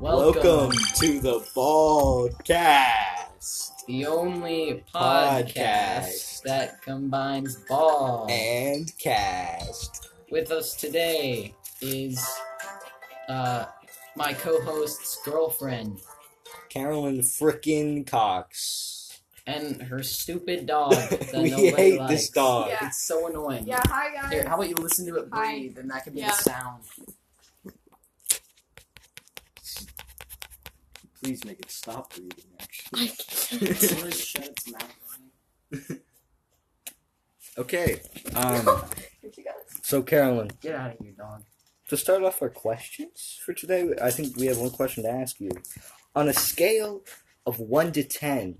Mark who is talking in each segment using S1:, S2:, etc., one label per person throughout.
S1: Welcome,
S2: Welcome to the Baldcast.
S1: the only podcast,
S2: Podcast.
S1: that combines ball.
S2: And cast.
S1: With us today is uh, my co-host's girlfriend
S2: Carolyn frickin' Cox.
S1: and her stupid dog that
S2: we
S1: nobody
S2: hate
S1: likes.
S2: this dog.
S3: Yeah.
S1: It's so annoying.
S3: Yeah, hi guys.
S1: Here, how about you listen to it
S3: Hi.
S1: breathe, and that can be
S3: Yeah.
S1: the sound.
S2: Please make it stop breathing, actually.
S3: I
S1: Can you just shut its mouth?
S2: okay. Um,
S3: Did you guys-
S2: so, Carolyn,
S1: Get out of here, dog.
S2: to start off our questions for today, I think we have one question to ask you. On a scale of 1 to 10,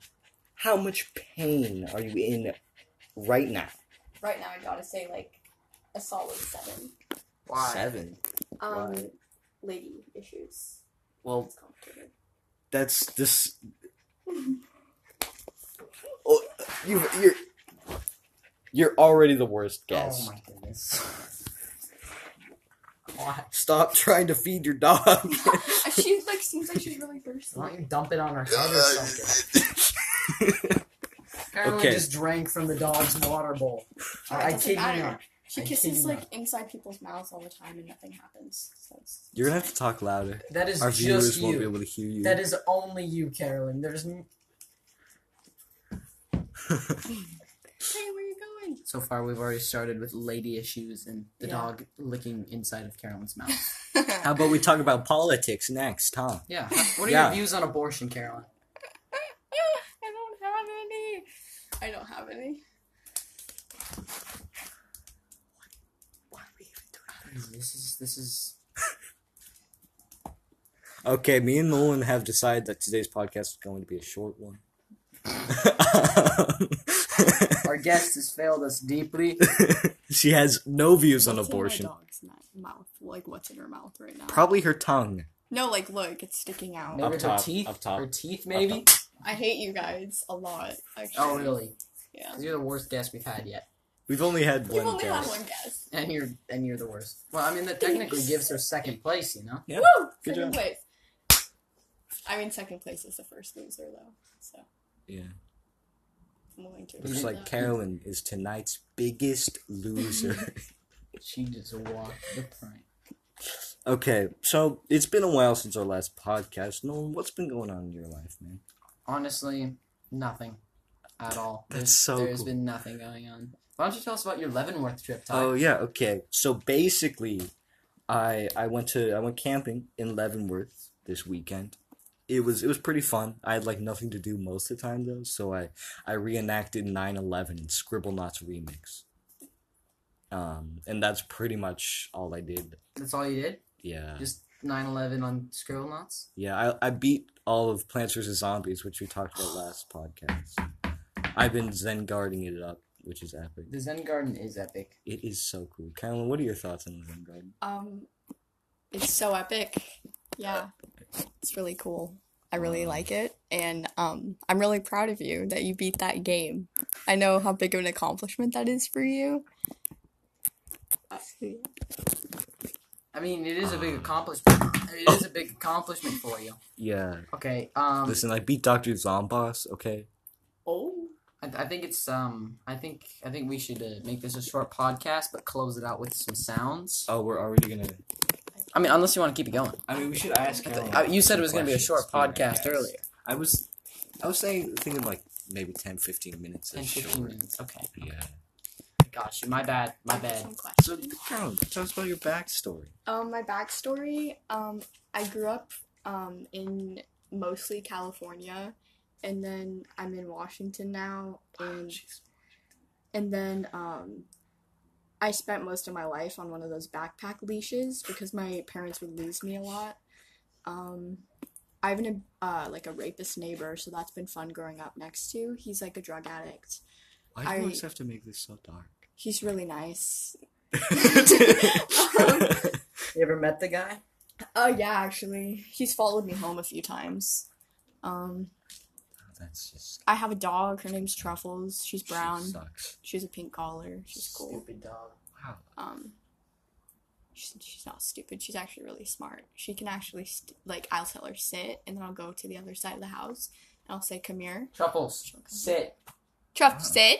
S2: how much pain are you in right now?
S3: Right now, I gotta say like a solid seven.
S1: Why?
S2: 7.
S3: Um,
S2: Why?
S3: lady issues.
S1: Well, oh
S3: It's complicated.
S2: That's this. Oh, you, you're you're already the worst
S1: oh
S2: guest.
S1: my goodness. Why?
S2: Stop trying to feed your dog.
S3: she like seems like she's really thirsty.
S1: Why don't you dump it on her head or something? Carolyn
S2: Okay.
S1: just drank from the dog's water bowl. I, I
S3: doesn't
S1: kid you
S3: matter.
S1: not.
S3: She
S1: I
S3: kisses
S1: kid you
S3: like inside people's mouths all the time, and nothing happens. So it's-
S2: you're gonna have to talk louder.
S1: That is
S2: Our viewers
S1: just
S2: won't be
S1: you.
S2: able to hear you.
S1: That is only you, Carolyn. There's n-
S3: Hey, where you going?
S1: so far we've already started with lady issues and the
S3: Yeah.
S1: dog licking inside of Carolyn's mouth.
S2: How about we talk about politics next, huh?
S1: Yeah. What are
S2: Yeah.
S1: your views on abortion, Carolyn?
S3: I don't have any. I don't have any.
S1: Why are we even doing this? This is this is
S2: Okay, me and Nolan have decided that today's podcast is going to be a short one.
S1: our guest has failed us deeply.
S2: she has no views on
S3: What's in my
S2: abortion.
S3: dog's ni- mouth. Like what's in her mouth right now?
S2: Probably her tongue.
S3: No, like look, it's sticking out.
S1: Maybe her
S2: top,
S1: teeth.
S2: up top,
S1: Her teeth maybe?
S2: top.
S3: I hate you guys a lot. Actually.
S1: Oh really?
S3: Yeah.
S1: 'Cause You're the worst guest we've had yet.
S2: We've only had
S3: You've
S2: one
S3: only had
S2: guest.
S3: one guess.
S1: And you're and you're the worst. Well, I mean that technically gives her second place, you know?
S2: Yeah.
S3: Woo!
S2: Good
S3: second
S2: job.
S3: place. I mean, second place is the first loser, though. So
S2: Yeah.
S3: I'm willing to.
S2: Looks
S3: accept
S2: like
S3: that.
S2: Carolyn is tonight's biggest loser.
S1: She just walked the plank.
S2: okay, so it's been a while since our last podcast. Nolan, what's been going on in your life, man?
S1: Honestly, nothing at all.
S2: That's
S1: There's-
S2: so
S1: There's
S2: cool.
S1: been nothing going on. Why don't you tell us about your Leavenworth trip, Ty?
S2: Oh yeah, okay. So basically, I I went to I went camping in Leavenworth this weekend. It was it was pretty fun. I had like nothing to do most of the time though, so I I reenacted 9/11 and Scribble Knots remix. Um, and that's pretty much all I did.
S1: That's all you did?
S2: Yeah.
S1: Just 9-11 on Scribble Knots?
S2: Yeah, I, I beat all of Plants vs. Zombies, which we talked about last podcast. I've been Zen guarding it up, which is epic.
S1: The Zen Garden is epic.
S2: It is so cool. Carolyn, what are your thoughts on the Zen Garden?
S3: Um, it's so epic. Yeah, it's really cool. I really like it, and um, I'm really proud of you that you beat that game. I know how big of an accomplishment that is for you. Uh, yeah.
S1: I mean, it is a big accomplishment. It is a big accomplishment for you.
S2: Yeah.
S1: Okay, um...
S2: Listen, I beat Dr. Zomboss, okay?
S1: Oh... I, I think it's, um... I think I think we should uh, make this a short podcast, but close it out with some sounds.
S2: Oh, we're already gonna.
S1: I mean, unless you want to keep it going.
S2: I mean, we should ask Carolyn.
S1: Uh, you said it
S2: some
S1: was going to be a
S2: questions
S1: short
S2: for our
S1: podcast
S2: guest.
S1: earlier.
S2: I was. I was saying, thinking like maybe 10, 15 minutes is
S1: 10, 15
S2: short.
S1: minutes. Okay.
S2: Yeah.
S1: Gosh, my bad. My
S3: I have
S1: bad.
S3: some
S2: So,
S3: questions.
S2: Carolyn, tell us about your backstory.
S3: Um, my backstory, um, I grew up um, in mostly California, and then I'm in Washington now, and and then um, I spent most of my life on one of those backpack leashes because my parents would lose me a lot. Um, I have an uh, like a rapist neighbor, so that's been fun growing up next to. He's like a drug addict.
S2: Why do you
S3: I-
S2: always have to make this so dark?
S3: He's really nice.
S1: You ever met the guy?
S3: Oh yeah, actually, he's followed me home a few times. Um,
S2: That's just
S3: I have a dog. Her name's Truffles. She's brown.
S2: She sucks.
S3: She's a pink collar. She's cool.
S1: Stupid dog.
S2: Wow.
S3: Um, she's, she's not stupid. She's actually really smart. She can actually st- like I'll tell her sit, and then I'll go to the other side of the house and I'll say come here.
S1: Truffles,
S3: She'll come.
S1: sit.
S3: Truff,
S2: Ah.
S3: sit,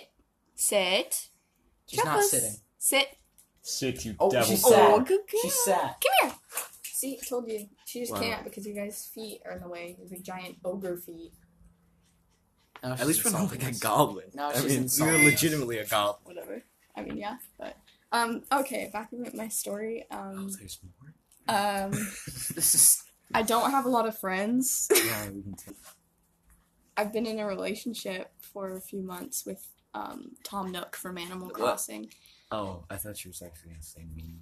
S3: sit.
S1: Uh-huh. She's not
S3: Truffles,
S1: sitting.
S3: Sit.
S4: Sit, you
S1: Oh,
S4: devil.
S1: she's sad.
S3: Oh, good girl.
S1: She sat.
S3: Come here. See, I told you. She just
S2: Wow.
S3: can't because your guys' feet are in the way. It's like giant ogre feet.
S1: Now
S2: At
S1: she's
S2: least we're not
S1: insulting
S2: like a
S1: us.
S2: goblin.
S1: Now
S2: I
S1: she's
S2: mean,
S1: insulting
S2: you're
S1: us.
S2: legitimately a goblin.
S3: Whatever. I mean, yeah, but um, okay. Back to my story.
S2: Oh,
S3: Um,
S2: there's more.
S3: um,
S1: This is
S3: I don't have a lot of friends.
S2: yeah, we can take.
S3: I've been in a relationship for a few months with um Tom Nook from Animal
S2: What?
S3: Crossing,
S2: Oh, I thought she was actually gonna say me.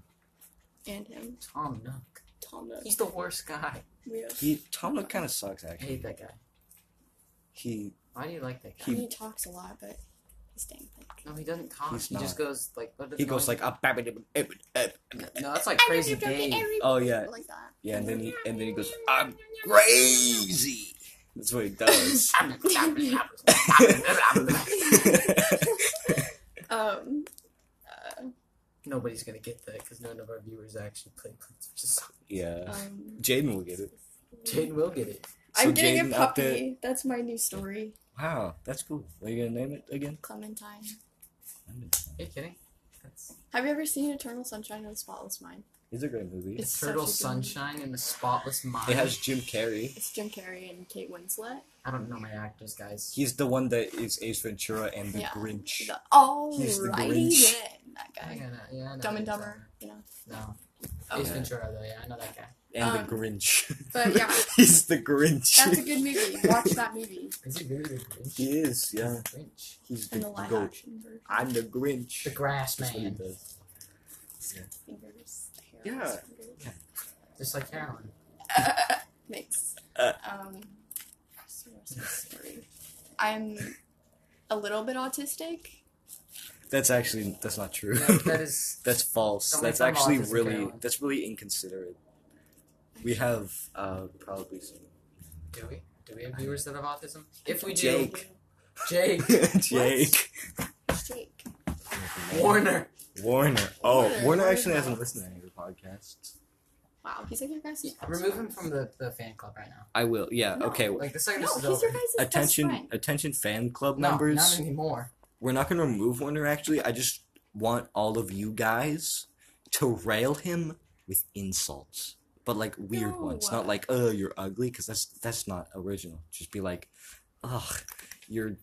S3: and him,
S1: Tom Nook.
S3: Tom Nook.
S1: He's the worst guy.
S3: We
S2: He Tom Nook kind of sucks
S1: I
S2: actually.
S1: hate that guy.
S2: He
S1: Why do you like that guy?
S3: he, talks a lot, but he's dang like.
S1: no, he doesn't talk.
S2: He's
S1: He just goes like. What does
S2: he goes
S1: noise-
S2: like ah, bah, bah, bah, bah, bah, bah.
S1: No, that's like crazy gay.
S2: Oh yeah,
S3: Like that.
S2: yeah, and then he and then he goes I'm crazy. That's what he does.
S3: Um. Uh,
S1: Nobody's gonna get that because none of our viewers actually play Plants vs. Zombies.
S2: yeah,
S3: um
S2: Jaden will get it.
S1: Jaden will get it.
S2: So
S3: I'm getting
S2: Jaden
S3: a
S2: upped
S3: puppy.
S2: it.
S3: That's my new story,
S2: Wow, that's cool. Are you gonna name it again?
S3: Clementine.
S1: Are you kidding? That's
S3: Have you ever seen Eternal Sunshine of the Spotless Mind?
S2: It's a great movie.
S3: It's such
S1: Turtle
S3: a good
S1: Sunshine and the Spotless Mind.
S2: It has Jim Carrey.
S3: It's Jim Carrey and Kate Winslet.
S1: I don't know my actors, guys.
S2: He's the one that is Ace Ventura and the
S3: Yeah.
S2: Grinch.
S3: The
S2: He's the
S3: alrighty
S2: Grinch.
S3: then, that
S1: I
S3: guy.
S1: gotta, yeah, I know
S3: Dumb and
S1: that.
S3: Dumber,
S2: uh,
S3: you know.
S1: No,
S3: Oh.
S1: Ace
S2: Yeah.
S1: Ventura though. Yeah, I know that guy.
S2: And
S3: Um,
S2: the Grinch.
S3: but yeah.
S2: He's the Grinch.
S3: That's a good movie. Watch that movie
S1: Is he really the Grinch?
S2: he is, yeah.
S1: Grinch.
S2: He's the,
S3: in the live
S2: goat.
S3: action version.
S2: I'm the Grinch.
S1: The Grass
S2: That's what he
S1: Man,
S2: does.
S3: Fingers, hair,
S2: Yeah.
S3: fingers.
S1: just like Carolyn.
S3: Mix.
S2: Uh.
S3: Um, so what's my story? I'm a little bit autistic.
S2: That's actually that's not true.
S1: No, that is
S2: that's false.
S1: Somebody
S2: that's
S1: from
S2: actually
S1: Oz is a
S2: really
S1: Carolyn.
S2: that's really inconsiderate. We have uh probably some
S1: do we? Do we have viewers that have autism? If we do,
S2: Jake.
S1: Jake,
S2: Jake
S3: Jake.
S1: Warner.
S2: Warner. Oh,
S3: Warner.
S2: Warner, actually hasn't listened to any of the podcasts.
S3: Wow, he's like your guys' best
S1: Remove him
S3: friend.
S1: from the, the fan club right now.
S2: I will. Yeah.
S3: No.
S2: Okay.
S1: Like the second
S3: No,
S1: this is
S3: he's
S1: over.
S3: your guys' best
S2: Attention,
S3: friend.
S2: attention, fan club
S1: No,
S2: members.
S1: not anymore.
S2: We're not going to remove Warner, actually. I just want all of you guys to rail him with insults. But like weird
S3: No.
S2: ones, not like "oh, you're ugly," because that's that's not original. Just be like, "Ugh, your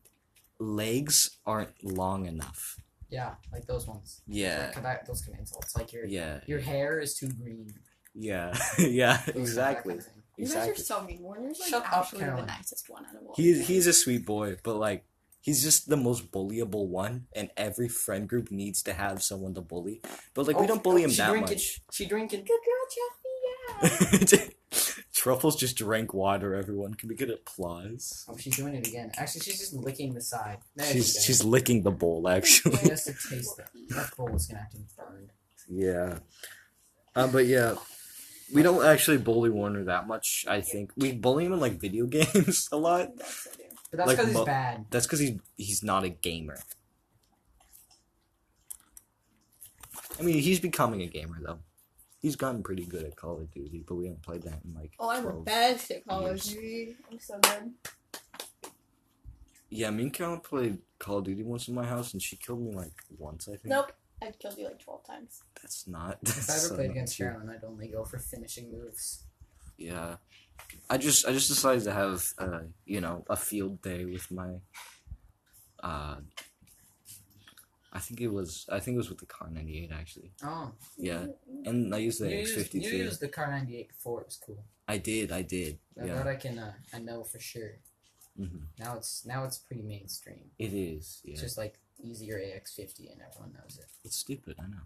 S2: legs aren't long enough."
S1: Yeah, like those ones.
S2: Yeah,
S1: Like, that, those can be insults. Like your
S2: yeah,
S1: your hair is too green.
S2: yeah, yeah.
S1: Those- that
S2: Exactly,
S1: kind of thing.
S3: You guys are
S2: exactly.
S3: so mean. Warner's like
S1: Shut up,
S3: actually the
S1: Caroline.
S3: nicest one out of all.
S2: He's he's a sweet boy, but like he's just the most bullyable one, and every friend group needs to have someone to bully. But like we
S1: Oh,
S2: don't bully him
S1: she
S2: that
S1: drinking,
S2: much.
S1: She drinking.
S3: good girl, Jeffy. Yeah.
S2: Truffles just drank water. Everyone, can we get applause?
S1: Oh, she's doing it again. Actually, she's just licking the side. There she
S2: She's
S1: goes.
S2: she's licking the bowl actually.
S1: just to taste that. That bowl is gonna have to be burned.
S2: Yeah, uh, but yeah, we don't actually bully Warner that much. I think we bully him in like video games a lot.
S3: That's what I do.
S1: But that's
S2: Like
S1: because he's
S2: mo-
S1: bad.
S2: That's because he's he's not a gamer. I mean, he's becoming a gamer though. He's gotten pretty good at Call of Duty, but we haven't played that in like.
S3: Oh, I'm the
S2: 12.
S3: best at Call of
S2: years.
S3: Duty. I'm so good.
S2: Yeah, me and Carolyn played Call of Duty once in my house, and she killed me like once. I think.
S3: Nope, I've killed you like twelve times.
S2: That's not.
S1: If
S2: That's
S1: I ever
S2: so
S1: played
S2: not
S1: against
S2: true.
S1: Carolyn, I'd only go for finishing moves.
S2: Yeah, I just I just decided to have uh you know a field day with my. Uh, I think it was I think it was with the car ninety eight actually.
S1: Oh,
S2: Yeah, and I used
S1: you
S2: the X
S1: used,
S2: fifty
S1: you
S2: two.
S1: used the car 98 before it was cool.
S2: I did, I did.
S1: Now
S2: yeah,
S1: that I can, uh, I know for sure.
S2: Mhm.
S1: Now it's now it's pretty mainstream.
S2: it is. Yeah,
S1: It's just like easier AX50, and everyone knows it.
S2: it's stupid. I know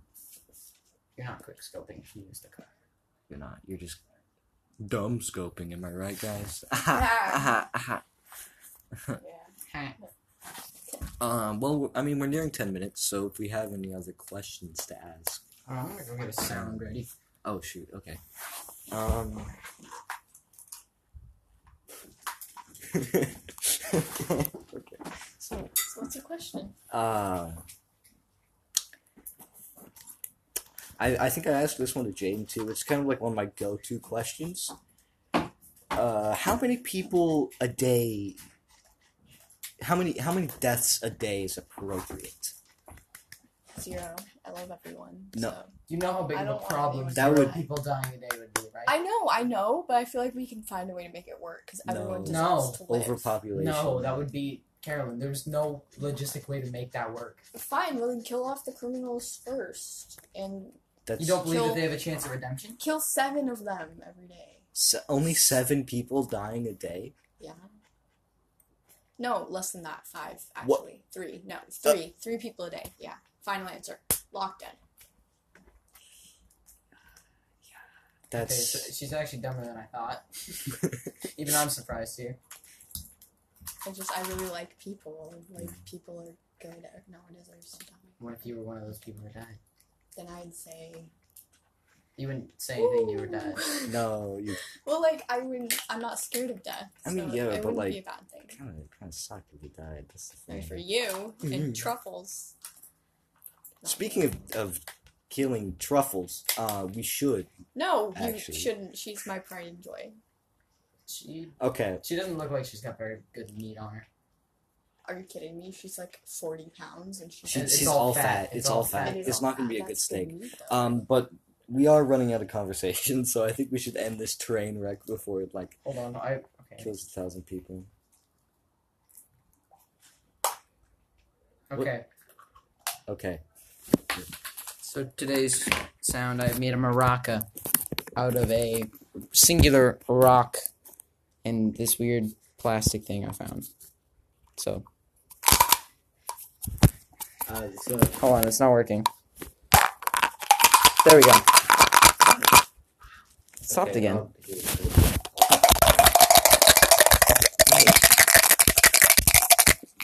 S1: You're not quick scoping if you use the car.
S2: you're not. You're just dumb scoping. Am I right, guys?
S3: Ah. Yeah.
S1: Ha.
S2: um. Well, I mean, we're nearing ten minutes, so if we have any other questions to ask.
S1: Alright, I'm gonna go get a sound ready.
S2: Oh shoot. Okay. Um. okay.
S3: So, so what's the question?
S2: Uh, I I, I think I asked this one to Jaden too. It's kind of like one of my go to questions. Uh, how many people a day? How many how many deaths a day is appropriate?
S3: Zero. I love everyone.
S2: No.
S3: so.
S4: You know how big
S3: I
S4: of a
S3: don't wanna be
S4: problem
S3: with
S2: That
S4: zero
S2: would-
S4: people dying a day would be, right?
S3: I know, I know, but I feel like we can find a way to make it work because everyone
S2: No.
S3: deserves to live.
S2: Overpopulation.
S4: no, that would be Carolyn. There's no logistic way to make that work.
S3: Fine, well then kill off the criminals first and
S2: That's
S4: you don't believe
S3: Kill-
S4: that they have a chance of redemption?
S3: kill seven of them every day.
S2: se- only seven people dying a day.
S3: Yeah. No, less than that. Five, actually.
S2: What? Uh,
S3: Three. No, three. three people a day. Yeah. Final answer. Lockdown.
S4: Okay,
S2: That's
S4: so she's actually dumber than I thought. Even I'm surprised here.
S3: I just, I really like people. Like, people are good. No one deserves to die.
S4: What if you were one of those people that died?
S3: Then I'd say.
S4: You wouldn't say anything, you were dead.
S3: Ooh.
S2: no. You
S3: well, like, I wouldn't, I'm not scared of death.
S2: I mean,
S3: so
S2: yeah,
S3: it
S2: but,
S3: wouldn't
S2: like-
S3: be a bad thing.
S2: kind of kind of suck if you died. That's the
S3: I mean,
S2: thing.
S3: for you
S2: Mhm.
S3: and truffles.
S2: Speaking of, of killing truffles, uh, we should.
S3: No, you
S2: Actually.
S3: shouldn't. She's my pride and joy.
S4: She
S2: Okay,
S4: she doesn't look like she's got very good meat on her.
S3: Are you kidding me? She's like 40 pounds and she's.
S2: she,
S4: It's
S2: she's
S4: all
S2: all
S4: fat.
S2: fat. It's all fat.
S3: It is
S2: It's
S3: all
S2: not going to
S3: fat.
S2: be a good
S3: That's
S2: steak.
S3: meat, though.
S2: Um, but we are running out of conversation, so I think we should end this train wreck before it like
S4: Hold on, I okay.
S2: kills a thousand people.
S4: Okay.
S2: Okay,
S1: So today's sound, I made a maraca out of a singular rock and this weird plastic thing I found. So,
S2: uh, so
S1: hold on, it's not working. There we go. It Stopped
S2: okay,
S1: again.
S2: I'll- okay,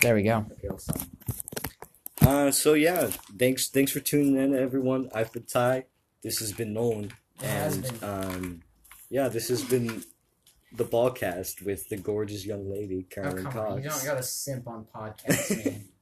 S1: There we go.
S2: okay, I'll stop. Uh, so yeah, thanks thanks for tuning in, everyone. I've been Ty. This has been Nolan,
S4: It has
S2: and
S4: been.
S2: um, yeah, this has been the Ballcast with the gorgeous young lady
S4: Oh
S2: Karen
S4: come
S2: Cox.
S4: on, you don't gotta simp on podcasts, man.